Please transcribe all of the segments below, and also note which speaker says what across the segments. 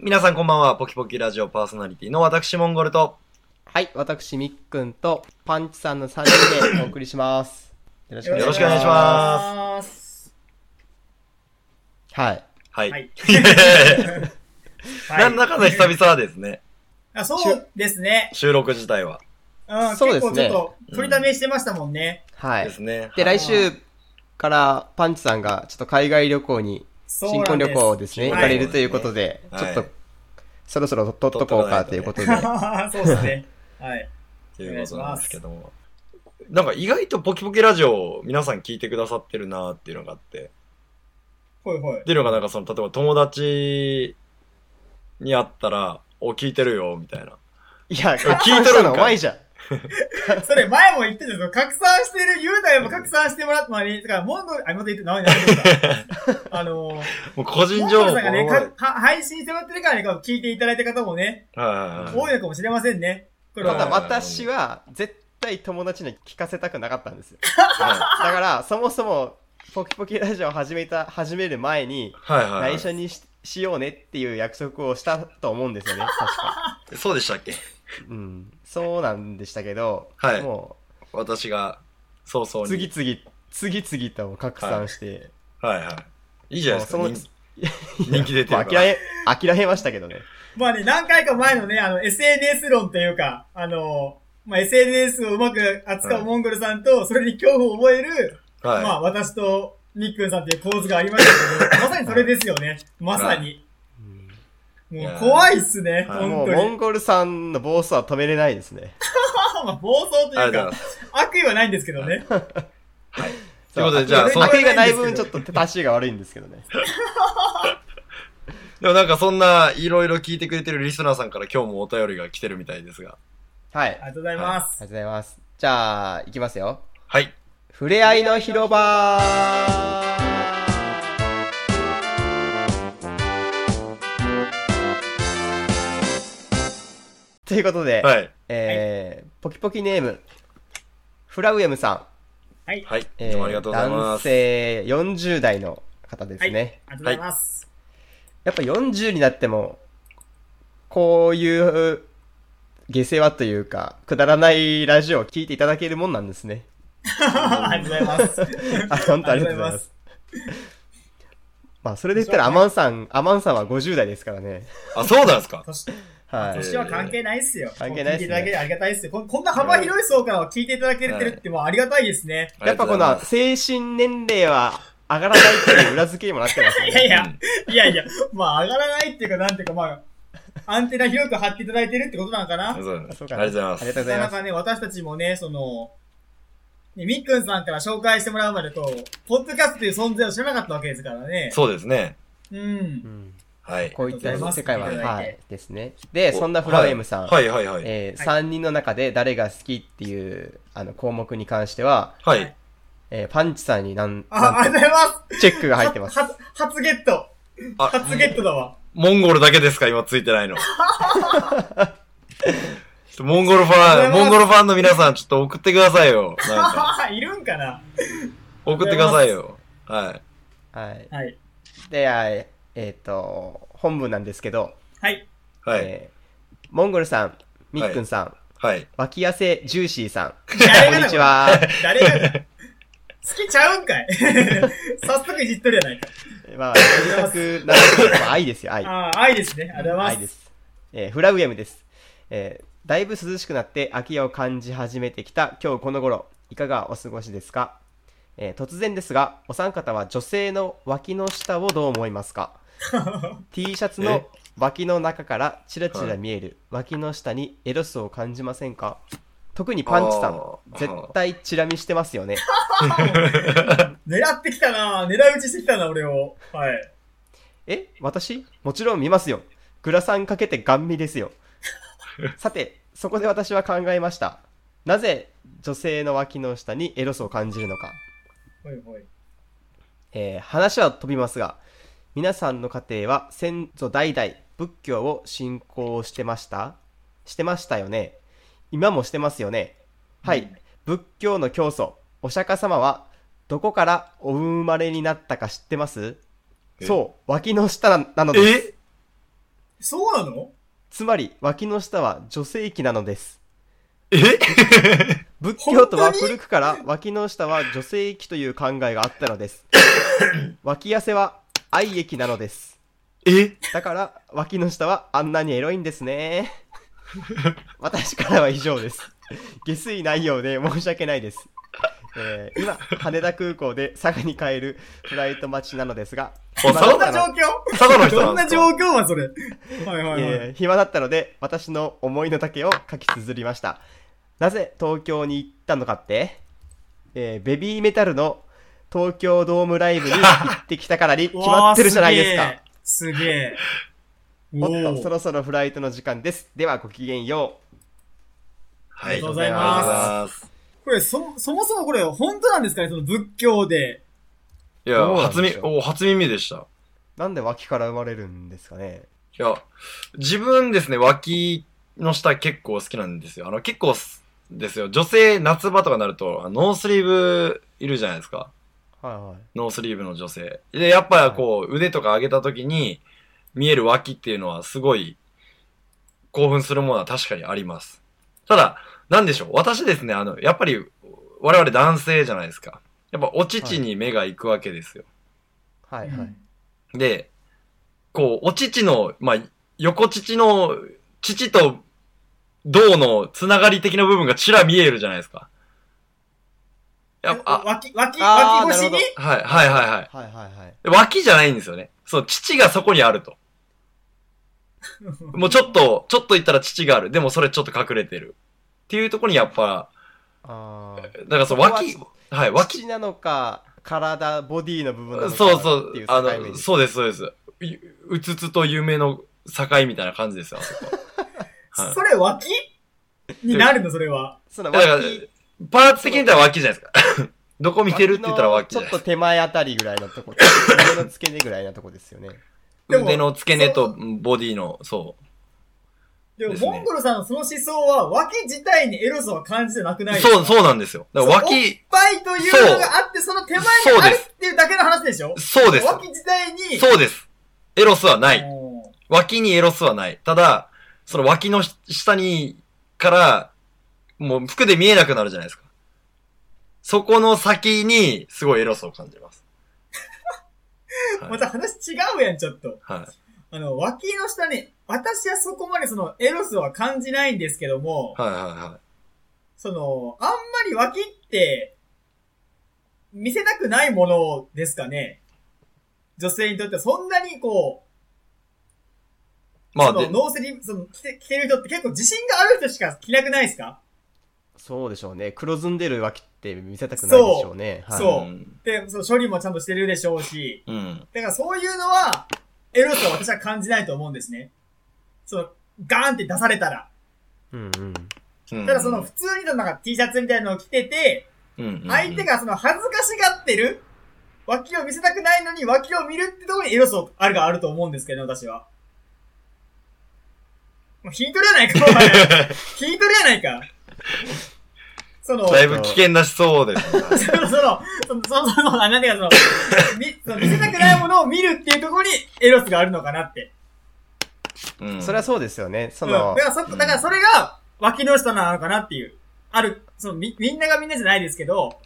Speaker 1: 皆さんこんばんは、ポキポキラジオパーソナリティの私、モンゴルと、
Speaker 2: はい、私、みっくんと、パンチさんの3人でお送りします。よろし
Speaker 1: よろしくお願いします。
Speaker 2: す。はい。
Speaker 1: はい。
Speaker 3: はい。
Speaker 1: なんだかんだ久々ですね、
Speaker 3: あそうですね。
Speaker 1: 収録自体は。
Speaker 3: うん、
Speaker 2: そうで
Speaker 3: 結
Speaker 2: す
Speaker 3: 構
Speaker 2: ね
Speaker 3: ちょっと取りだめしてましたもんね。
Speaker 2: は
Speaker 1: で
Speaker 2: い
Speaker 1: す。ね。
Speaker 2: で、
Speaker 1: はい
Speaker 2: 来週から、パンチさんが、ちょっと海外旅行に、
Speaker 3: そう
Speaker 2: 新婚旅行ですね、
Speaker 1: そう
Speaker 2: 行
Speaker 1: な
Speaker 2: か
Speaker 1: んです
Speaker 2: れるということで、
Speaker 1: はい
Speaker 2: ちょっ
Speaker 1: は
Speaker 2: と
Speaker 1: い、
Speaker 2: そろそろ撮っとこうかということで。
Speaker 3: はいそうです ね。はい。
Speaker 1: ということなんですけども。なんか意外とポキポキラジオ皆さん聞いてくださってるなーっていうのがあって。
Speaker 3: ほいほい
Speaker 1: っ。ていうのがなんかその、例えば友達に会ったら、お、聞いてるよ、みたいな。
Speaker 2: い
Speaker 1: 聞
Speaker 2: や、
Speaker 1: いて
Speaker 2: 聞
Speaker 1: るんかい
Speaker 2: いたのお前じゃん。
Speaker 3: それ前も言ってたけど、拡散してる、雄大も拡散してもらったのに、だから、モンド、あ、また言って、何何何 あのー、
Speaker 1: もう個人
Speaker 3: モン
Speaker 1: 情
Speaker 3: ド
Speaker 1: 報
Speaker 3: さんがね、
Speaker 1: はい
Speaker 3: かは配信してもらってるからね、聞いていただいた方もね、
Speaker 1: はい
Speaker 3: 多
Speaker 1: はい
Speaker 3: いのかもしれませんね。これ
Speaker 2: ただ、
Speaker 3: は。
Speaker 2: 私は、絶対友達には聞かせたくなかったんですよ。
Speaker 1: は
Speaker 2: だから、そもそも、ポキポキラジオを始めた、始める前に、
Speaker 1: い。はいはい
Speaker 2: 内緒にししようねっていう約束をしたと思うんです よね、確か。
Speaker 1: そうでしたっけ
Speaker 2: うん。そうなんでしたけど、
Speaker 1: はい
Speaker 2: も
Speaker 1: 私が、早々
Speaker 2: う、
Speaker 1: に。
Speaker 2: 次々、次々と拡散して、
Speaker 1: はいはい。いいじゃ ないですか。
Speaker 2: もう
Speaker 1: 人人気出てるから
Speaker 2: もう諦め、諦めましたけどね。
Speaker 3: まあね、何回か前のね、あの、SNS 論というか、あの、まあ、SNS をうまく扱うモンゴルさんと、それに恐怖を覚える、
Speaker 1: はい、
Speaker 3: まあ、私とニックンさんという構図がありましたけど、まさにそれですよね。まさに。
Speaker 1: い
Speaker 3: もう怖いっすね、
Speaker 1: はい
Speaker 2: もう、
Speaker 3: 本当
Speaker 2: モ
Speaker 3: に。
Speaker 2: ンゴルさんの暴走は止めれないですね。
Speaker 3: まあ、暴走と
Speaker 1: ありがとう
Speaker 3: いう
Speaker 1: ござい
Speaker 3: か
Speaker 1: ま、す。
Speaker 3: 悪意はないんですけどね。
Speaker 1: ということで、じゃあ、
Speaker 3: 悪
Speaker 1: そ
Speaker 3: い
Speaker 1: の
Speaker 3: 悪
Speaker 2: 悪意がない分、ちょっと手足が悪いんですけどね。
Speaker 1: でもなんかそんないろいろ聞いてくれてるリスナーさんから今日もお便りが来てるみたいですが。
Speaker 2: はい。あり
Speaker 3: あ
Speaker 2: が
Speaker 3: りがとうございます。
Speaker 2: とうございます。じゃあ、いきますよ。
Speaker 1: はい。
Speaker 2: ふれあいの広場ということで、
Speaker 1: はい。
Speaker 2: えーポキポキネーム、フラウエムさん。
Speaker 1: はい。
Speaker 2: えー
Speaker 1: どうもありがとうございま
Speaker 2: 男
Speaker 1: す。
Speaker 2: 性40代の方で
Speaker 3: は
Speaker 2: す
Speaker 3: い。
Speaker 2: ね。
Speaker 3: ありがとうございます。
Speaker 2: やっぱ40になっても、こういう下世話というか、くだらないラジオを聞いていただけるもんなんですね。
Speaker 3: ありがとうございます。
Speaker 2: あ、 本当ありがとうございます。まあ、それで言ったら、アマンさん、アマンさんは50代ですからね。
Speaker 1: あ、そうなん ですか
Speaker 3: 年
Speaker 2: はい。
Speaker 3: 年は関係ないっすよ。
Speaker 2: 関係ないっすね
Speaker 3: 聞いていただけてありがたいっすよ。ここんな幅広い層からは聞いていただけてるってもうありがたいですね。
Speaker 2: やっぱこの、精神年齢は上がらないっていう裏付けにもなってます
Speaker 3: いや
Speaker 2: ね。
Speaker 3: いや、いやいや、まあ上がらないっていうか、なんていうかまあ、アンテナ広く張っていただいてるってことなのか
Speaker 1: あ
Speaker 3: な
Speaker 1: りがとうございます。
Speaker 2: そ
Speaker 1: あ
Speaker 2: う
Speaker 1: りがと
Speaker 2: か
Speaker 1: うございます。
Speaker 2: ありがとうござ
Speaker 3: なか
Speaker 2: い
Speaker 3: な
Speaker 2: ます。
Speaker 3: かね、私たちもね、その、ねみっくんさんから紹介してもらうまでと、ポッドキャストという存在を知らなかったわけですからね。
Speaker 1: そうですね。
Speaker 3: うん
Speaker 2: う。ん
Speaker 1: はい。
Speaker 2: こういった世界は、
Speaker 3: ありがとうございま
Speaker 2: は
Speaker 3: す
Speaker 2: い、ですね。で、そんなフラウエムさん、
Speaker 1: はいはいはい。
Speaker 2: えー3人の中で誰が好きっていうあの項目に関しては、
Speaker 1: はい。
Speaker 2: えーパンチさんになん
Speaker 3: あ、あ
Speaker 2: なん
Speaker 3: りがとうございます。
Speaker 2: とチェックが入ってます。
Speaker 3: は初、初ゲット。
Speaker 1: あ、
Speaker 3: 初ゲットだわ。
Speaker 1: モンゴルだけですか今ついてないの。 ちょっとモンゴルファン、モンゴルファンの皆さん、ちょっと送ってくださいよ。なんか、
Speaker 3: いるんかな
Speaker 1: 送ってくださいよ。はい。
Speaker 2: はい。
Speaker 3: はい。
Speaker 2: で、あえっ、えーと、本文なんですけど、
Speaker 3: はい。
Speaker 1: はい。
Speaker 2: えーモンゴルさん、みっくんさん、
Speaker 1: はい。
Speaker 2: 脇汗ジューシー さん、 こ
Speaker 3: 誰
Speaker 2: ん
Speaker 3: が
Speaker 2: に
Speaker 3: だ
Speaker 2: ちは。
Speaker 3: 誰が好きちゃうんかい 早速いじっとるやないか。
Speaker 2: まあ、原作なんですけど、愛ですよ、愛。
Speaker 3: ああ、愛ですね。ありがとうござい
Speaker 2: 愛
Speaker 3: ま。
Speaker 2: ですす。えーフラウエムです。えーだいぶ涼しくなって秋を感じ始めてきた今日この頃、いかがお過ごしですか、えー突然ですが、お三方は女性の脇の下をどう思います か ?T シャツの脇の中からちらちら見える脇の下にエロスを感じませんか特にパンチさん
Speaker 1: あ、ー
Speaker 2: 絶対チラ見してますよね。
Speaker 3: 狙ってきたな狙い撃ちしてきたな、俺を。はい。
Speaker 2: え私もちろん見ますよ。グラサンかけてガン見ですよ。さて、そこで私は考えました。なぜ女性の脇の下にエロスを感じるのか。
Speaker 3: ほいほい。
Speaker 2: えー話は飛びますが、皆さんの家庭は先祖代々仏教を信仰してましたしてましたよね。今もしてますよね。はい。仏教の教祖、お釈迦様は、どこからお生まれになったか知ってます
Speaker 1: え
Speaker 2: そう、脇の下ななのです。
Speaker 1: え
Speaker 3: そうなの
Speaker 2: つまり、脇の下は女性器なのです。
Speaker 1: え
Speaker 2: 仏教とは
Speaker 3: 本当に
Speaker 2: 古くから脇の下は女性器という考えがあったの です。脇痩せは愛液なのです。
Speaker 1: え
Speaker 2: だから、脇の下はあんなにエロいんですね。 私からは以上です。下水内容で申し訳ないです。えー今、羽田空港で佐賀に帰るフライト待ちなのですが、
Speaker 1: お
Speaker 2: 暇だ
Speaker 1: そ
Speaker 2: っ
Speaker 3: ど
Speaker 1: う
Speaker 3: ん
Speaker 2: た
Speaker 3: な
Speaker 2: の
Speaker 3: 状
Speaker 1: 佐賀の
Speaker 3: 況
Speaker 1: 人な
Speaker 3: ど
Speaker 1: ん
Speaker 3: ん
Speaker 1: ですか
Speaker 3: な状況はそれ。はいはいはい。
Speaker 2: えー暇だったので私の思いの丈を書き綴りましたなぜ東京に行ったのかって、えーベビーメタルの東京ドームライブに行ってきたからに決まってるじゃないです か
Speaker 3: すげえ。すげえ。
Speaker 2: おっと
Speaker 3: ー
Speaker 2: そろそろフライトの時間ですではごきげんよう
Speaker 1: はい。あり
Speaker 3: りが
Speaker 1: がとうご
Speaker 3: とうござ
Speaker 1: ざ
Speaker 3: い
Speaker 1: い
Speaker 3: ま
Speaker 1: ます。
Speaker 3: これ、そ、そもそもこれ、本当なんですかねその仏教で。
Speaker 1: い
Speaker 2: ど
Speaker 1: や、
Speaker 2: うなん
Speaker 1: 初
Speaker 2: で
Speaker 1: 耳
Speaker 2: しょ、う
Speaker 1: お、初耳でした。
Speaker 2: なんで脇から生まれるんですかね
Speaker 1: いや、自分ですね、脇の下結構好きなんですよ。あの、結構すですよ。女性、夏場とかになると、あのノースリーブいるじゃないですか。
Speaker 2: はいはい
Speaker 1: ノースリーブの女性。で、やっぱこう、腕とか上げた時に見える脇っていうのはすごい興奮するものは確かにあります。ただ、なんでしょう。私ですね、あの、やっぱり我々男性じゃないですか。やっぱお乳に目が行くわけですよ。
Speaker 2: はいはい、
Speaker 1: で、こう、お乳の、まあ、横乳の、乳と胴のつながり的な部分がちら見えるじゃないですか。やっぱ、
Speaker 3: 脇、脇、
Speaker 2: あー
Speaker 3: 脇越し
Speaker 2: な
Speaker 3: に
Speaker 2: る
Speaker 1: あはい、はい、はい、はい。
Speaker 2: はいはいはい
Speaker 1: 脇じゃないんですよね。そう、父がそこにあると。もうちょっと、ちょっと言ったら父がある。でもそれちょっと隠れてる。っていうところにやっぱ、
Speaker 2: あー
Speaker 1: だからその脇
Speaker 2: そ、
Speaker 1: はい、
Speaker 2: 脇
Speaker 1: 脇、
Speaker 2: なのか体ボディの部分なのか
Speaker 1: そうそう
Speaker 2: っていう、
Speaker 1: あ
Speaker 2: 境目
Speaker 1: の、
Speaker 2: です
Speaker 1: そうです、そうです。ううつつと夢の境みたいな感じですよ、あそこ。はい
Speaker 3: それ脇になるの、それは。
Speaker 2: その
Speaker 1: だから
Speaker 2: 脇
Speaker 1: パーツ的に言ったら脇じゃないですか。 どこ見てるって言ったら脇じゃ
Speaker 2: ち
Speaker 1: な
Speaker 2: ょっ
Speaker 1: い
Speaker 2: と
Speaker 1: ですか。
Speaker 2: 手前あたりぐらいのとこ。腕の付け根ぐらいなとこですよね。
Speaker 3: とでも
Speaker 1: 腕の付け根
Speaker 3: そ
Speaker 1: とボディの、そう。
Speaker 3: でも、
Speaker 1: ですね
Speaker 3: モンゴルさんのその思想は、脇自体にエロさは感じてなくない
Speaker 1: そう、
Speaker 3: う。
Speaker 1: そうなんですよ。だから脇、
Speaker 3: パイというのがあって、その手前にあるっていうだけの話でしょ
Speaker 1: そうです。
Speaker 3: 脇自体に。
Speaker 1: そうです。エロスはない。
Speaker 3: おー
Speaker 1: 脇にエロスはない。ただ、その脇の下に、から、もう服で見えなくなるじゃないですか。そこの先に、すごいエロスを感じます。はい
Speaker 3: また話違うやん、ちょっと。
Speaker 1: はい。
Speaker 3: あの、脇の下に、私はそこまでその、エロスは感じないんですけども、
Speaker 1: はいは
Speaker 3: その、あんまり脇って、見せたくないものですかね。女性にとってはそんなにこう、
Speaker 1: いはい。まあ、
Speaker 3: その
Speaker 1: で、
Speaker 3: ノースリーブ、その、着て着てる人って結構自信がある人しか着なくないですか
Speaker 2: そうでしょうね。黒ずんでる脇って見せたくないでしょうね。
Speaker 3: そう
Speaker 2: はい、
Speaker 3: そう
Speaker 1: うん
Speaker 3: で、その処理もちゃんとしてるでしょうし、
Speaker 1: うん。
Speaker 3: だからそういうのは、エロスは私は感じないと思うんですね。その、ガーンって出されたら。
Speaker 2: うんうん。
Speaker 1: うん
Speaker 3: ただその、普通になんか T シャツみたいなのを着てて、
Speaker 1: うんうんうん
Speaker 3: 相手がその恥ずかしがってる脇を見せたくないのに脇を見るってところにエロスあるがあると思うんですけどね、私は。もう引いとるやないか、お 前引いとるやないか。その、そ
Speaker 1: だいぶ危険な思想ですね。
Speaker 3: の、その、その、その、その、なんていうか、その、みその見せたくないものを見るっていうところにエロスがあるのかなって。
Speaker 1: うん
Speaker 2: それはそうですよね。そ
Speaker 3: うん、
Speaker 2: の
Speaker 3: だか、らそ、だからそれが脇の下なのかなっていう。ある、その、み、みんながみんなじゃないですけど、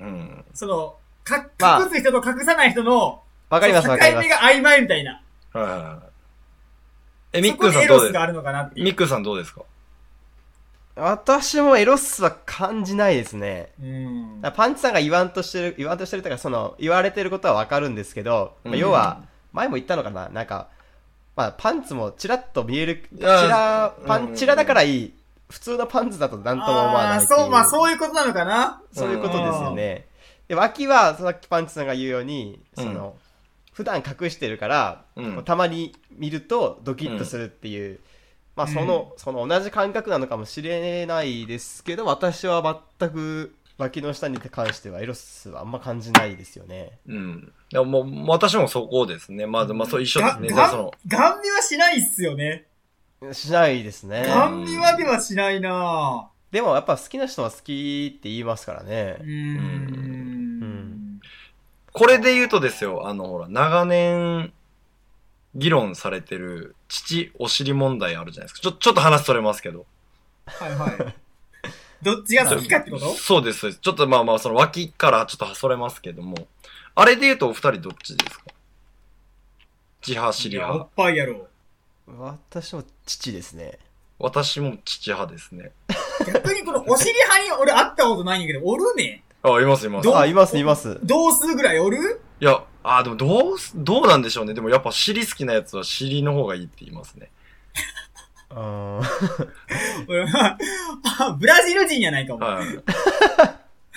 Speaker 1: うん。
Speaker 3: その、か、
Speaker 2: まあ
Speaker 3: 隠す人と隠さない人の、
Speaker 2: わかりますわかりま
Speaker 3: 境
Speaker 2: す
Speaker 3: 目。が曖昧みたいな。
Speaker 1: はいはいはい。え、
Speaker 3: え
Speaker 1: ミックさん
Speaker 3: エ
Speaker 1: ど
Speaker 3: ロ
Speaker 1: う
Speaker 3: ス
Speaker 1: です
Speaker 3: が
Speaker 1: か
Speaker 3: あるのかなっていう。
Speaker 1: ミックさんどうですか
Speaker 2: 私もエロスは感じないですね。
Speaker 3: うん
Speaker 2: だからパンチさんが言わんとしてる、言わんとしてるというか、その、言われてることはわかるんですけど、まあ
Speaker 1: うん
Speaker 2: 要は、前も言ったのかな、なんか、まあ、パンツもチラッと見える、チ
Speaker 1: いや
Speaker 2: ラ、
Speaker 1: うん
Speaker 2: パンチラだからいい。普通のパンツだとなんとも思わない
Speaker 3: あ
Speaker 2: って
Speaker 3: ー
Speaker 2: いう。
Speaker 3: そう、まあそういうことなのかな。
Speaker 2: そういうことですよね。で、脇は、さっきパンチさんが言うように、その、普段隠してるから、
Speaker 1: うん
Speaker 2: こうたまに見るとドキッとするっていう、まあその、その同じ感覚なのかもしれないですけど、私は全く脇の下に関してはエロスはあんま感じないですよね。
Speaker 1: うん。でももう、私もそこですね。まあ、まあ、そう一緒ですね。だ
Speaker 3: が
Speaker 1: からその、
Speaker 3: ガン見はしないっすよね。
Speaker 2: しないですね。
Speaker 1: あ
Speaker 3: ガン見はではしないな
Speaker 2: でもやっぱ好きな人は好きって言いますからね
Speaker 3: ぁ。
Speaker 2: う
Speaker 3: う。
Speaker 2: んん。
Speaker 1: これで言うとですよ、あの、ほら、長年、議論されてる父、お尻問題あるじゃないですか。ちょ、ちょっと話それますけど。
Speaker 3: はいはい。どっちが好きかってこと
Speaker 1: そうです、そうです。ちょっとまあまあ、その脇からちょっとそれますけども。あれで言うとお二人どっちですか地派、尻
Speaker 3: いやお
Speaker 1: 派
Speaker 3: っ。ぱいやろ。
Speaker 2: 私も父ですね。
Speaker 1: 私も父派ですね。
Speaker 3: 逆にこのお尻派に俺会ったことないんやけど、おるね。
Speaker 1: あ、います、います。
Speaker 3: どう
Speaker 2: あ、います、います。
Speaker 3: 同数ぐらいおる
Speaker 1: いや、あ、でもどうす、どうなんでしょうね。でもやっぱ尻好きなやつは尻の方がいいって言いますね。
Speaker 2: あ
Speaker 3: 俺は、あブラジル人やないかも。
Speaker 1: はい。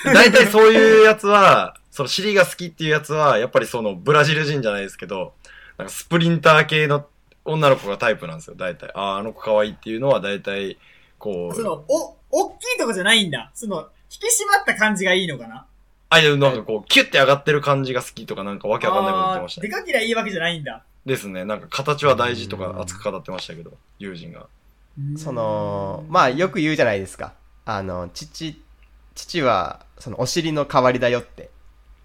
Speaker 1: 大体そういうやつは、その尻が好きっていうやつは、やっぱりそのブラジル人じゃないですけど、なんかスプリンター系の女の子がタイプなんですよ、大体。ああ、あの子可愛いっていうのは大体、こ、
Speaker 3: そうの、お、おっきいとこじゃないんだ。その、引き締まった感じがいいのかな
Speaker 1: ああいうなんかこう、キュッて上がってる感じが好きとかなんかわけわかんないこと言ってました
Speaker 3: あーで
Speaker 1: ね。
Speaker 3: かけりゃいいわけじゃないんだ。
Speaker 1: ですね。なんか形は大事と
Speaker 2: うん
Speaker 1: か熱く語ってましたけど、友人が。
Speaker 2: ーその、まあよく言うじゃないですか。あの、父、父は、そのお尻の代わりだよって。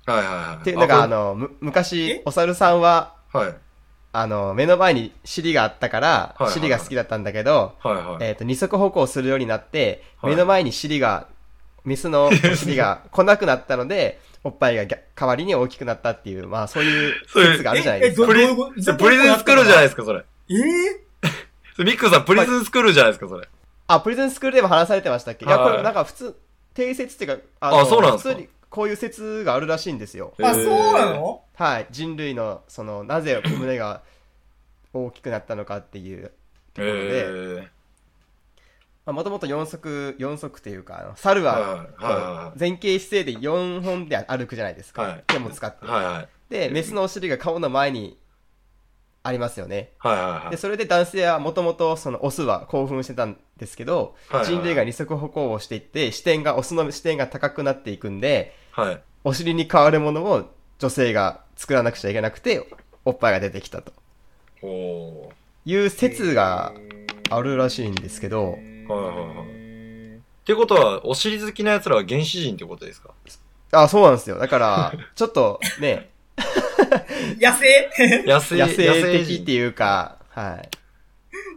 Speaker 1: はいはいはい。
Speaker 2: っていうのが、あ
Speaker 1: こ
Speaker 2: の、む昔
Speaker 3: え、
Speaker 2: お猿さんは、
Speaker 1: れはい。
Speaker 2: あの、目の前に尻があったから
Speaker 1: いはいは、い
Speaker 2: 尻が好きだったんだけど、
Speaker 1: はいはい。
Speaker 2: えっ、と、二足歩行するようになって、
Speaker 1: はい
Speaker 2: 目の前に尻が、メ スの尻が来なくなったので、おっぱいが逆代わりに大きくなったっていう、まあそういう
Speaker 1: そういう
Speaker 2: 説があるじゃないですか。
Speaker 1: プリそれプリズンスクールじゃない
Speaker 3: い
Speaker 1: ですか、それ。
Speaker 3: えどどういうことえー
Speaker 1: それミックさん、プリズンスクールじゃないですか、それ。
Speaker 2: あ、プリズンスクールでも話されてましたっけいや、
Speaker 1: はい
Speaker 2: これなんか普通、定説っていうか、
Speaker 1: あそうなんですか
Speaker 2: 普通にこういう説があるらしいんですよ。
Speaker 3: あ、そ
Speaker 1: へ
Speaker 3: うな
Speaker 1: ー
Speaker 3: の
Speaker 2: はい。人類の、その、なぜ胸が大きくなったのかっていうところで、
Speaker 1: え
Speaker 2: まあもともと4足、4足というか、あの猿
Speaker 1: ー、
Speaker 2: は、
Speaker 1: はい
Speaker 2: こ
Speaker 1: は
Speaker 2: う前傾姿勢で4本で歩くじゃないですか。
Speaker 1: はい
Speaker 2: 手も使って。
Speaker 1: いはいはいはい
Speaker 2: で、メスのお尻が顔の前にありますよね。
Speaker 1: はいは
Speaker 2: で、
Speaker 1: い
Speaker 2: それで男性はもともとそのオスは興奮してたんですけど、
Speaker 1: はいはい
Speaker 2: 人類が二足歩行をしていって、視点が、オスの視点が高くなっていくんで、
Speaker 1: はい。
Speaker 2: お尻に変わるものを女性が作らなくちゃいけなくて、おっぱいが出てきたと
Speaker 1: おお
Speaker 2: いう説があるらしいんですけど、
Speaker 1: ー。はいはいはい。ってことは、お尻好きな奴らは原始人ってことですか
Speaker 2: あ、そうなんですよ。だから、ちょっと ね、
Speaker 3: 野生
Speaker 1: 野生、
Speaker 2: 野生的
Speaker 1: 人
Speaker 2: っていうか、はい。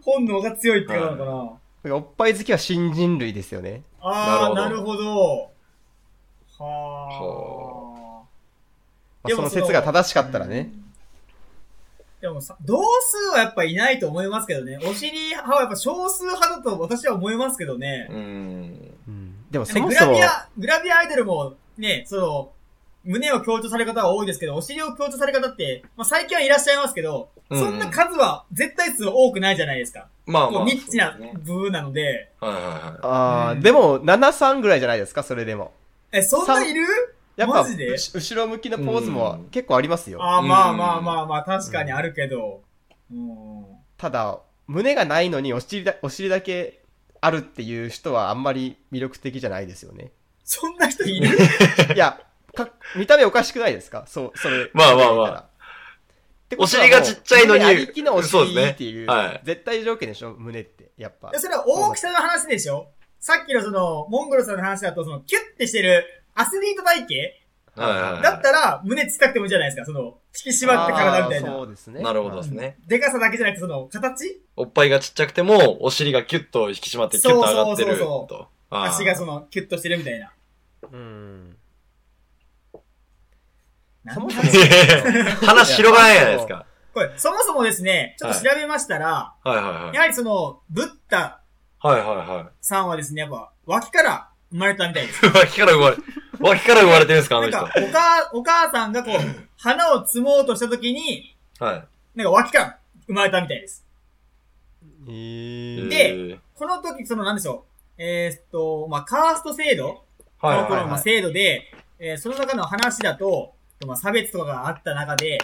Speaker 3: 本能が強いってことなのかな、
Speaker 2: だからおっぱい好きは新人類ですよね。
Speaker 3: あー、
Speaker 1: な
Speaker 3: な
Speaker 1: る
Speaker 3: る
Speaker 1: ほ
Speaker 3: ほど。は
Speaker 2: まあ
Speaker 3: で
Speaker 2: そ
Speaker 3: も
Speaker 2: の
Speaker 3: その
Speaker 2: 説が正し
Speaker 3: あ。
Speaker 2: かったらね。。
Speaker 3: でもさ、同数はやっぱいないと思いますけどね。お尻派はやっぱ少数派だと私は思いますけどね。
Speaker 1: うーん。
Speaker 2: うんでもそ
Speaker 3: ね
Speaker 2: も
Speaker 3: グ
Speaker 2: そ
Speaker 3: ラ
Speaker 2: も
Speaker 3: ビ、ア、グラビアアイドルもね、その、胸を強調される方が多いですけど、お尻を強調される方って、まあ最近はいらっしゃいますけど、
Speaker 1: うんうん
Speaker 3: そんな数は絶対数多くないじゃないですか。
Speaker 1: まあま
Speaker 3: こ
Speaker 1: あ。
Speaker 3: うニッチな
Speaker 1: そうですね
Speaker 3: 部分なので、
Speaker 1: はいはいはい。
Speaker 2: あ
Speaker 3: う
Speaker 2: ー
Speaker 3: ん
Speaker 2: でも73ぐらいじゃないですか、それでも。
Speaker 3: え、そんないる
Speaker 2: やっぱ、
Speaker 3: マジで
Speaker 2: うし後ろ向きのポーズ
Speaker 1: う
Speaker 2: も
Speaker 1: ん
Speaker 2: 結構ありますよ。
Speaker 3: ああ、ま
Speaker 1: う
Speaker 3: あ
Speaker 1: ん
Speaker 3: まあまあまあ、確かにあるけど。うん。
Speaker 2: ただ、胸がないのにお尻だお尻だけあるっていう人はあんまり魅力的じゃないですよ ね。
Speaker 3: そんな人いる
Speaker 2: いや、か見た目おかしくないですかそう、それ。
Speaker 1: まあまあまあ
Speaker 2: あ。ってことは
Speaker 1: お尻がちっちゃいのに
Speaker 2: 胸ありきのお
Speaker 1: そうです
Speaker 2: 尻
Speaker 1: ね
Speaker 2: っていう、
Speaker 1: はい
Speaker 2: 絶対条件でしょ、胸って。やっぱ
Speaker 3: いや。それは大きさの話でしょさっきのその、モンゴルさんの話だと、その、キュッてしてるアスリート体型
Speaker 1: はいはいはい
Speaker 3: だったら、胸ちっちゃくてもいいじゃないですか。その、引き締まった体みたい
Speaker 2: あー
Speaker 3: な。
Speaker 2: そうですね。
Speaker 1: なるほどですね。
Speaker 3: でかさだけじゃなくて、その、形
Speaker 1: おっぱいがちっちゃくても、お尻がキュッと引き締まってキュッと上がってる
Speaker 3: そうそうそ
Speaker 1: と。あー
Speaker 3: 足がその、キュッとしてるみたいな。
Speaker 2: まあうん。
Speaker 3: なん
Speaker 2: そ
Speaker 3: だ
Speaker 2: もそも
Speaker 1: 話広がらないじゃないですか。
Speaker 3: これ、そもそもですね、ちょっと調べましたら、
Speaker 1: はいはい
Speaker 3: やはりその、ブッダ
Speaker 1: はい。はいはいはい。
Speaker 3: さんはですね、やっぱ、脇から生まれたみたいです。
Speaker 1: 脇から生まれ、脇から生まれてるんですか、あ
Speaker 3: な
Speaker 1: の
Speaker 3: ん
Speaker 1: 人。
Speaker 3: か、おか、お母さ んがこう、花を摘もうとした時に、
Speaker 1: は
Speaker 3: なんか脇から生まれたみたいです。
Speaker 2: え
Speaker 1: い。
Speaker 2: ー、
Speaker 3: で
Speaker 1: えー、
Speaker 3: この時、その何でしょう。えー、っと、まあ、カースト制度
Speaker 1: はい
Speaker 3: この
Speaker 1: はい
Speaker 3: 頃の制度で、えーその中の話だと、まあ、差別とかがあった中で、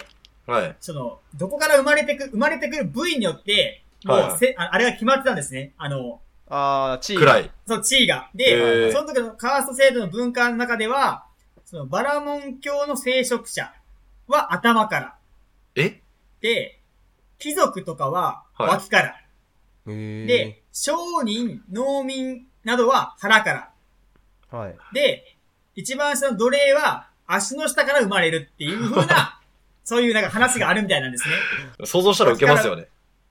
Speaker 1: はい。はい。
Speaker 3: その、どこから生まれてく、生まれてくる部位によって、も
Speaker 1: はいう
Speaker 3: せ、ああれが決まってたんですね。あの、
Speaker 2: ああ、チーム。
Speaker 1: 暗い。
Speaker 3: その地位が。
Speaker 1: へ
Speaker 3: で、
Speaker 1: ー
Speaker 3: その時のカースト制度の文化の中では、そのバラモン教の聖職者は頭から、
Speaker 1: え
Speaker 3: で、貴族とかは
Speaker 1: はい
Speaker 3: 脇から。
Speaker 2: へー
Speaker 3: で、、商人、農民などは腹から。
Speaker 2: はい。
Speaker 3: で、一番下の奴隷は足の下から生ま れるっていう風な、そういうなんか話があるみたいなんですね。
Speaker 1: 想像したら受けますよね。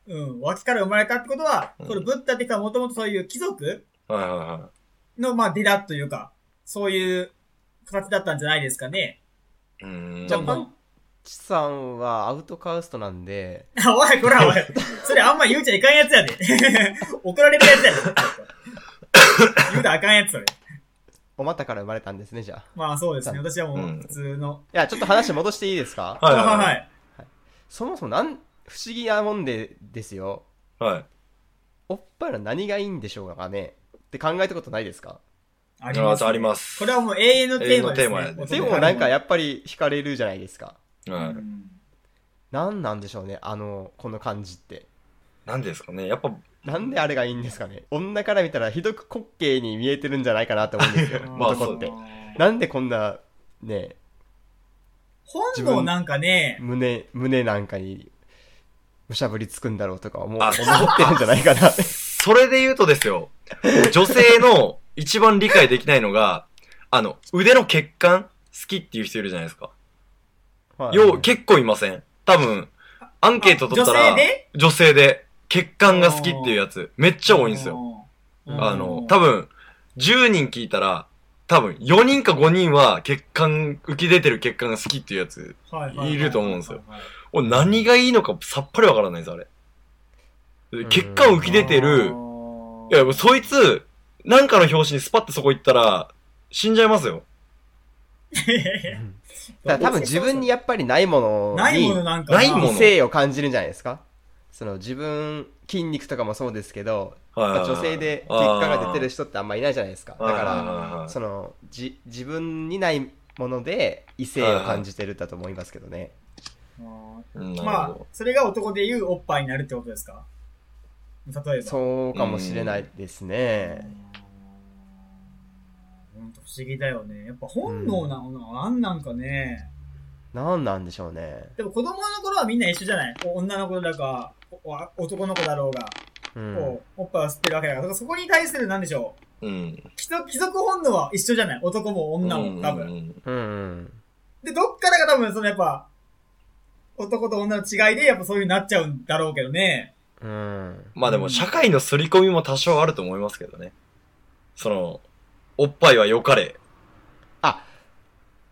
Speaker 3: うん、脇から生まれたってことは、
Speaker 1: うん
Speaker 3: これブッダっていうかもともとそういう貴族
Speaker 1: はいはいは
Speaker 3: の、まあ、出だというか、そういう形だったんじゃないですかね。
Speaker 1: い。うーん。
Speaker 2: じゃあ、
Speaker 3: うん
Speaker 2: パンチさんはアウトカーストなんで、
Speaker 3: あ、おい、こら、おい。それあんま言うちゃいかんやつやで。 怒られるやつやで。言うたらあかんやつ、それ。
Speaker 2: お股から生まれたんですね、じゃあ。
Speaker 3: まあ、そうですね。私はも
Speaker 1: うん
Speaker 3: う、普通の。
Speaker 2: いや、ちょっと話戻していいですか
Speaker 1: はいはい
Speaker 3: は。
Speaker 1: はい
Speaker 2: そもそもなん、不思議なもんでですよ。
Speaker 1: い。はい。
Speaker 2: おっぱいの何がいいんでしょうかねって考えたことないですか
Speaker 3: あ
Speaker 1: あります。あります。
Speaker 3: これはもう永遠のテーマです、
Speaker 1: 永
Speaker 3: ね。
Speaker 1: 遠のテーマやね
Speaker 2: でもなんかや
Speaker 3: っ
Speaker 2: っぱり惹かれるじゃないですか。
Speaker 1: は
Speaker 3: う
Speaker 1: い。
Speaker 3: ん、
Speaker 2: 何なんでしょうね、あの、この感じって。
Speaker 1: なんですかね。やっぱ、
Speaker 2: なんであれがいいんですかね女から見たらひどく滑稽に見えてるんじゃないかなと思うんですよ
Speaker 1: まあ
Speaker 2: 男って
Speaker 3: あ。ー
Speaker 2: なんでこんな、ね、
Speaker 3: 本能なんかね、
Speaker 2: 胸、胸なんかに、むしゃぶりつくんだろうとか思う思
Speaker 1: あ
Speaker 2: ってるんじゃないかな。
Speaker 1: それで言うとです よ。女性の一番理解できないのが、あの、腕の血管好きっていう人いるじゃないですか。
Speaker 2: はい
Speaker 1: よう、結構い ません。多分、アンケート取ったら、
Speaker 3: 女性で
Speaker 1: 女性で血管が好きっていうやつ、めっちゃ多いんですよ。
Speaker 3: よ。うん
Speaker 1: あの、多分、10人聞いたら、多分、4人か5人は血管、浮き出てる血管が好きっていうやつ。
Speaker 3: はいはい
Speaker 1: ると思うんですよ
Speaker 3: はいはいはい
Speaker 1: お何がいいのかさっぱりわからないです、あれ。
Speaker 2: ん
Speaker 1: 血管浮き出てる、いや、もうそい つ、なんかの表紙にスパッてそこ行ったら、死んじゃいますよ。
Speaker 2: うんだから多分自分にやっぱりないもの
Speaker 3: ない
Speaker 2: に
Speaker 3: ものなんかな
Speaker 1: ないもの
Speaker 2: 性を感じるんじゃないですかその自分筋肉とかもそうですけど、
Speaker 1: はいはい
Speaker 2: やっ
Speaker 1: はい
Speaker 2: ぱ女性で血管が出てる人ってあんまいないじゃないですかだ
Speaker 1: あーはい
Speaker 2: か
Speaker 1: はいはいは
Speaker 2: ら
Speaker 1: い
Speaker 2: そのじ自分にないもので異性を感じてるだと思いますけどね
Speaker 3: うん
Speaker 1: うんなる
Speaker 3: ま
Speaker 1: ほ
Speaker 3: あ
Speaker 1: ど、
Speaker 3: それが男で言うおっぱいになるってことですか例えば。
Speaker 2: そうかもしれないですね
Speaker 3: ほんと不思議だよね。やっぱ本能なのな、んなんかね。
Speaker 2: 何なんでしょうね
Speaker 3: でも子供の頃はみんな一緒じゃないこう女の子だか、おお男の子だろうが、
Speaker 2: うん
Speaker 3: こう、おっぱいを吸ってるわけだから、そこに対するなんでしょう
Speaker 1: うん。
Speaker 3: 貴族貴族本能は一緒じゃない男も女も多分。
Speaker 1: 分。
Speaker 2: うんうん
Speaker 3: で、どっからが多分そのやっぱ、男と女の違いでやっぱそういうになっちゃうんだろうけどね。
Speaker 2: うん
Speaker 1: まあでも、社会の刷り込みも多少あると思いますけどね。その、おっぱいは良かれ。
Speaker 2: あ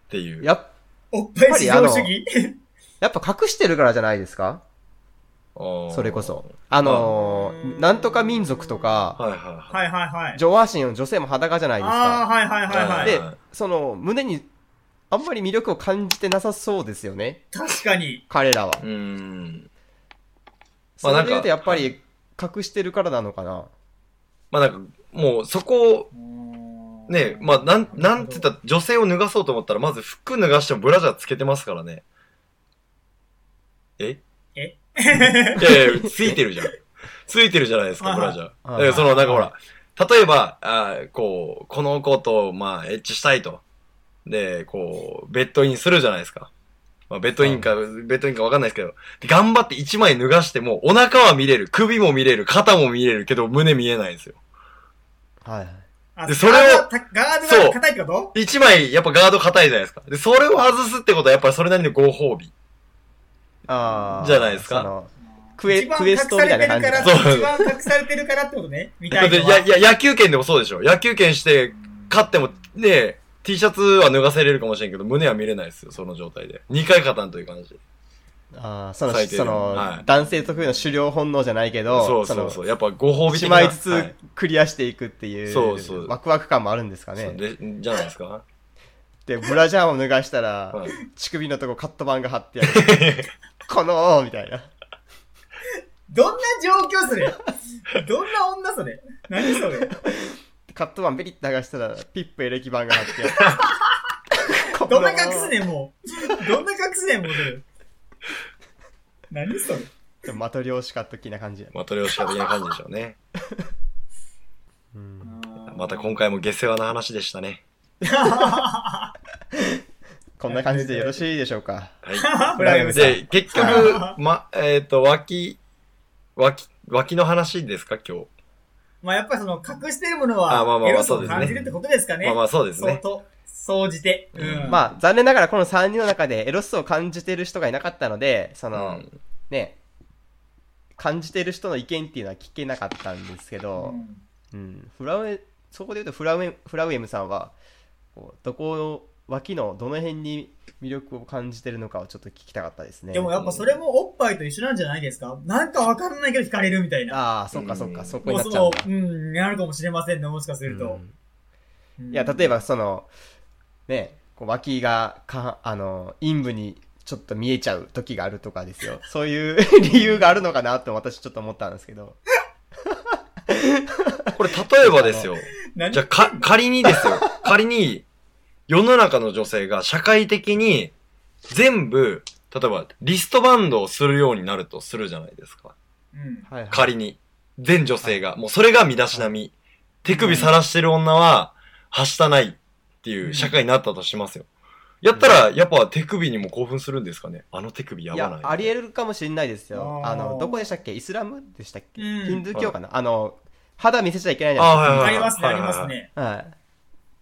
Speaker 1: っていう。
Speaker 2: やっ
Speaker 3: おっぱい至上主義
Speaker 2: やっぱ隠してるからじゃないですかそ
Speaker 1: そ
Speaker 2: れこそ。あの
Speaker 3: う
Speaker 2: ー
Speaker 3: ん
Speaker 2: なんとか民族とか、
Speaker 1: はいはいは
Speaker 3: はいはいはい。
Speaker 2: 上半身の女性も裸じゃないです
Speaker 3: ああ、
Speaker 2: か。
Speaker 3: はいはいはいはい
Speaker 1: い。。
Speaker 2: で、その、胸に、あんまり魅力を感じてなさそうですよね。
Speaker 3: 確かに。
Speaker 2: 彼らは。
Speaker 1: うーん。
Speaker 2: そ
Speaker 1: まあ
Speaker 2: れ
Speaker 1: なんか
Speaker 2: で言うと、やっぱ
Speaker 1: は
Speaker 2: り、隠してるからなのかな。
Speaker 1: まあなんか、もうそこを、ね、まあなん、なんて言ったら女性を脱がそうと思ったら、まず服脱がしてもブラジャーつけてますからね。え
Speaker 3: た
Speaker 1: いやいや、ついてるじゃん。ついてるじゃないですか、
Speaker 3: はい
Speaker 1: ブ
Speaker 3: は
Speaker 1: ラ
Speaker 3: い
Speaker 1: ジャー。だ
Speaker 2: はい
Speaker 1: からその、なんかほ
Speaker 2: は
Speaker 1: ら、例えば、あーこう、この子と、まあ、エッチしたいと。で、こう、ベッドインするじゃないですか。まあ、ベッドインか、ベッドインかわかんないですけど、で頑張って一枚脱がしても、お腹は見れる、首も見れる、肩も見れるけど、胸見えないんですよ。
Speaker 2: はい。
Speaker 1: でそれを
Speaker 3: ガードが硬いってこと
Speaker 1: 一枚、やっぱガード硬いじゃないですか。で、それを外すってことは、やっぱりそれなりのご褒美。
Speaker 2: ああ。
Speaker 1: じゃないですか
Speaker 2: そのクエクエストみたいな感じ
Speaker 3: 一
Speaker 2: だ
Speaker 3: 番隠され
Speaker 1: そ
Speaker 3: て
Speaker 1: う
Speaker 3: るから、一番隠されてるからってことね。みた
Speaker 1: だっ
Speaker 3: いな
Speaker 1: て、
Speaker 3: のは。
Speaker 1: や、や、野球券でもそうでしょ。野球券して、勝っても、ね、T シャツは脱がせれるかもしれんけど、胸は見れないですよ、その状態で。2回勝たんという感じ。
Speaker 2: ああ、その、
Speaker 1: 最低
Speaker 2: その、
Speaker 1: はい
Speaker 2: 男性特有の狩猟本能じゃないけど、
Speaker 1: そうそうそう。
Speaker 2: の
Speaker 1: やっぱご褒美
Speaker 2: 一
Speaker 1: 的な
Speaker 2: 枚ず
Speaker 1: は
Speaker 2: つ
Speaker 1: い
Speaker 2: クリアしていくっていう、
Speaker 1: そうそう
Speaker 2: ワクワク感もあるんですか
Speaker 1: そう
Speaker 2: ね。
Speaker 1: で、じゃないですか。
Speaker 2: で、ブラジャーを脱がしたら、
Speaker 1: はい
Speaker 2: 乳首のとこカット板が貼ってある。 このーみたいな。
Speaker 3: どんな状況それどんな女それ何それ
Speaker 2: カット板ベリッて剥がしたら、ピップエレキ板が貼ってある。この
Speaker 3: どんな隠すねんもう。どんな隠すねんもうそれ。何それ
Speaker 2: マトリョーシカ的な感じやね、
Speaker 1: まあ、トレオシカ的な感じでしょうね。
Speaker 2: うん
Speaker 1: また今回も下世話な話でしたね。
Speaker 2: こんな感じでよろしいでしょうか。
Speaker 1: は
Speaker 3: ブライム
Speaker 1: い。
Speaker 3: さん。
Speaker 1: で、結局、 ま、えっ、と、脇、脇、脇の話ですか、今日。
Speaker 3: まあやっぱりその隠してるもの
Speaker 1: あまあま
Speaker 3: は、
Speaker 1: あ
Speaker 3: エロさ
Speaker 1: そう
Speaker 3: を
Speaker 1: ですね
Speaker 3: 感じるってことですかね。
Speaker 1: まあまあ、そうです
Speaker 3: 相
Speaker 1: ね。
Speaker 3: 当、総じて。うん。
Speaker 2: まあ、残念ながらこの3人の中でエロスを感じてる人がいなかったので、その、
Speaker 1: うん
Speaker 2: ね、感じてる人の意見っていうのは聞けなかったんですけど、うん、フラウエそこで言うとフラウエフラウエムさんはこうどこの脇のどの辺に魅力を感じてるのかをちょっと聞きたかったですね
Speaker 3: でもやっぱそれもおっぱいと一緒なんじゃないですかなんかわからないけど惹かれるみたい
Speaker 2: あ
Speaker 3: な。
Speaker 2: あそっかそっ
Speaker 1: う
Speaker 2: か
Speaker 1: ん
Speaker 2: そこに
Speaker 3: も
Speaker 2: なっ
Speaker 3: うそ
Speaker 2: ちゃうん
Speaker 3: の
Speaker 2: だ、
Speaker 3: うん、なるかもしれませんね、もしかすると。
Speaker 2: うんいや例えばそのねこう脇がかあの陰部にちょっと見えちゃう時があるとかですよそういう 理由があるのかなと私ちょっと思ったんですけど
Speaker 1: これ例えばですよ。
Speaker 3: ば
Speaker 1: じゃあ、か、仮にですよ。仮に、世の中の女性が社会的に全部、例えばリストバンドをするようになるとするじゃないですか。
Speaker 3: うん。
Speaker 2: はいはい
Speaker 1: 仮に。全女性が。もうそれが身だしなみ。手首さらしてる女は、はしたないっていう社会になったとしますよ。やったら、やっぱ手首にも興奮するんですかねあの手首や
Speaker 2: い
Speaker 1: ば
Speaker 2: や
Speaker 1: ない。
Speaker 2: ありえるかもしれないですよ
Speaker 3: あー
Speaker 2: あのどこでしたっけイスラムでしたっけ、
Speaker 3: うん
Speaker 2: ヒンドゥー教かな、あの肌見せちゃいけないじゃ
Speaker 1: あ
Speaker 2: ない
Speaker 1: ーはいはい
Speaker 3: ありますね、あ
Speaker 1: はい
Speaker 3: り
Speaker 1: はいはい
Speaker 3: ますね。
Speaker 2: はい。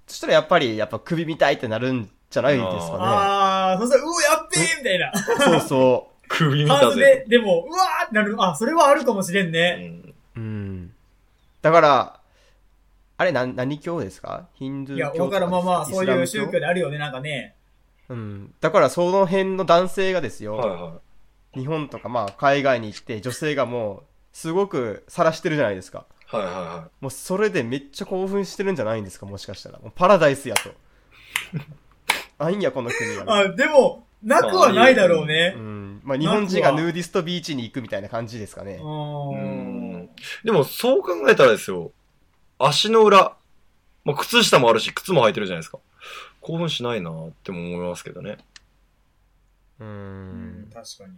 Speaker 2: そしたらやっぱり、やっぱ首見たいってなるんじゃないですか
Speaker 3: ああ、そしたら、うわ、やっべえみたいな。
Speaker 2: ね。そうそ
Speaker 1: 首見
Speaker 3: ハー
Speaker 1: た
Speaker 3: ト
Speaker 1: ぜ。
Speaker 3: で、でも、うわーってなる。あ、それはあるかもしれん
Speaker 1: う
Speaker 3: ね。
Speaker 1: ん
Speaker 2: う。うん。だから、あれ、な、何教ですかヒンドゥー
Speaker 3: い
Speaker 2: 教
Speaker 3: や、
Speaker 2: とか
Speaker 3: わからんまあまあ、そういう宗教
Speaker 2: で
Speaker 3: であるよね、なんかね。
Speaker 2: すかイスラム教うん。だから、その辺の男性がですよ、
Speaker 1: はいはい。
Speaker 2: 日本とか、まあ、海外に行って、女性がもう、すごく晒してるじゃないですか。
Speaker 1: はいはいはい。
Speaker 2: もう、それでめっちゃ興奮してるんじゃないんですか、もしかしたら。もうパラダイスやと。 あんや、この国は、
Speaker 3: あ、でも、なくはないだろうね
Speaker 2: う。ん。まあ、日本人がヌーディストビーチに行くみたいな感じですかね
Speaker 3: う。
Speaker 1: う
Speaker 3: ーん
Speaker 1: ん。でも、そう考えたらですよ、足の裏、まあ、靴下もあるし、靴も履いてるじゃないですか。興奮しないなーっても思いますけどね。
Speaker 2: うー
Speaker 3: うん
Speaker 2: ん。
Speaker 3: 確かに。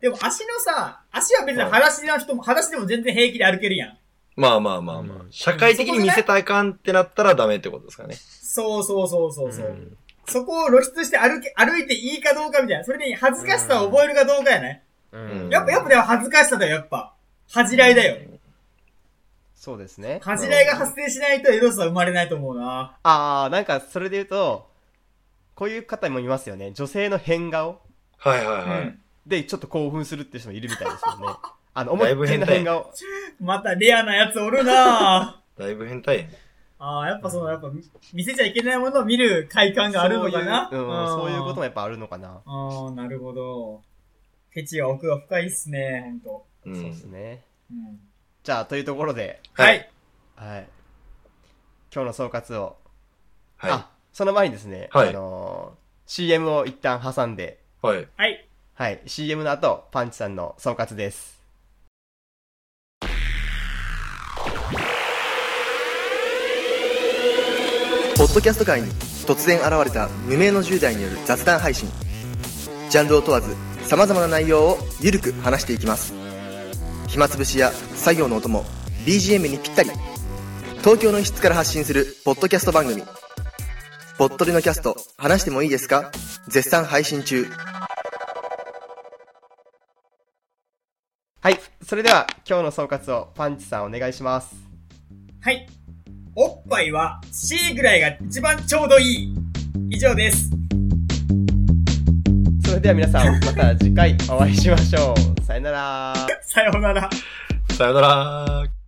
Speaker 3: でも足のさ、足は別に裸足の人も、裸足でも全然平気で歩けるやん。
Speaker 1: まあまあまあまあ。
Speaker 2: うん
Speaker 1: 社会的に見せたいかんってなったらダメってことですかね。
Speaker 3: そうそうそうそうそう、
Speaker 2: うん
Speaker 3: そこを露出して歩け、歩いていいかどうかみたいな。それで恥ずかしさを覚えるかどうかやね。
Speaker 1: うん
Speaker 3: やっぱ、やっぱでも恥ずかしさだよ、やっぱ。恥じらいだよ。
Speaker 2: そうですね。
Speaker 3: 恥じらいが発生しないとエロさは生まれないと思うな。
Speaker 2: ああ、なんかそれで言うと、こういう方もいますよね。女性の変顔
Speaker 1: はいはいはい。
Speaker 3: うん
Speaker 2: でちょっと興奮するっていう人もいるみたいです よね。あの、思
Speaker 1: だ
Speaker 2: い
Speaker 1: い
Speaker 2: っ
Speaker 1: ぶ
Speaker 2: きり
Speaker 1: 変
Speaker 2: の
Speaker 1: 態
Speaker 2: 変顔。
Speaker 3: またレアなやつおるな
Speaker 1: だいぶ変態やね。
Speaker 3: ああ、やっぱその、やっぱ見見せちゃいけないものを見る快感があるのかな
Speaker 2: そういう,、うん、そういうこともやっぱあるのかな。
Speaker 3: ああ、なるほど。フェチは奥が深いっすね、ほんと。
Speaker 1: うん。
Speaker 2: そうですね。
Speaker 3: うん
Speaker 2: じゃあ、というところで、
Speaker 3: はい。
Speaker 2: はい。今日の総括を。
Speaker 1: は
Speaker 2: あ、その前にですね、
Speaker 1: はい
Speaker 2: あのー CM を一旦挟んで、
Speaker 1: い。はい。
Speaker 3: はい。
Speaker 2: はい、CM の後、パンチさんの総括です。
Speaker 4: ポッドキャスト界に突然現れた無名の10代による雑談配信ジャンルを問わず様々な内容をゆるく話していきます暇つぶしや作業のお供 BGM にぴったり東京の一室から発信するポッドキャスト番組「ぽっとりのキャスト話してもいいですか?」絶賛配信中
Speaker 2: はい、それでは今日の総括をパンチさんお願いします。
Speaker 3: はい。おっぱいは C ぐらいが一番ちょうどいい。以上です。
Speaker 2: それでは皆さん、また次回お会いしましょう。さよなら。
Speaker 3: さようなら。
Speaker 1: さよならー。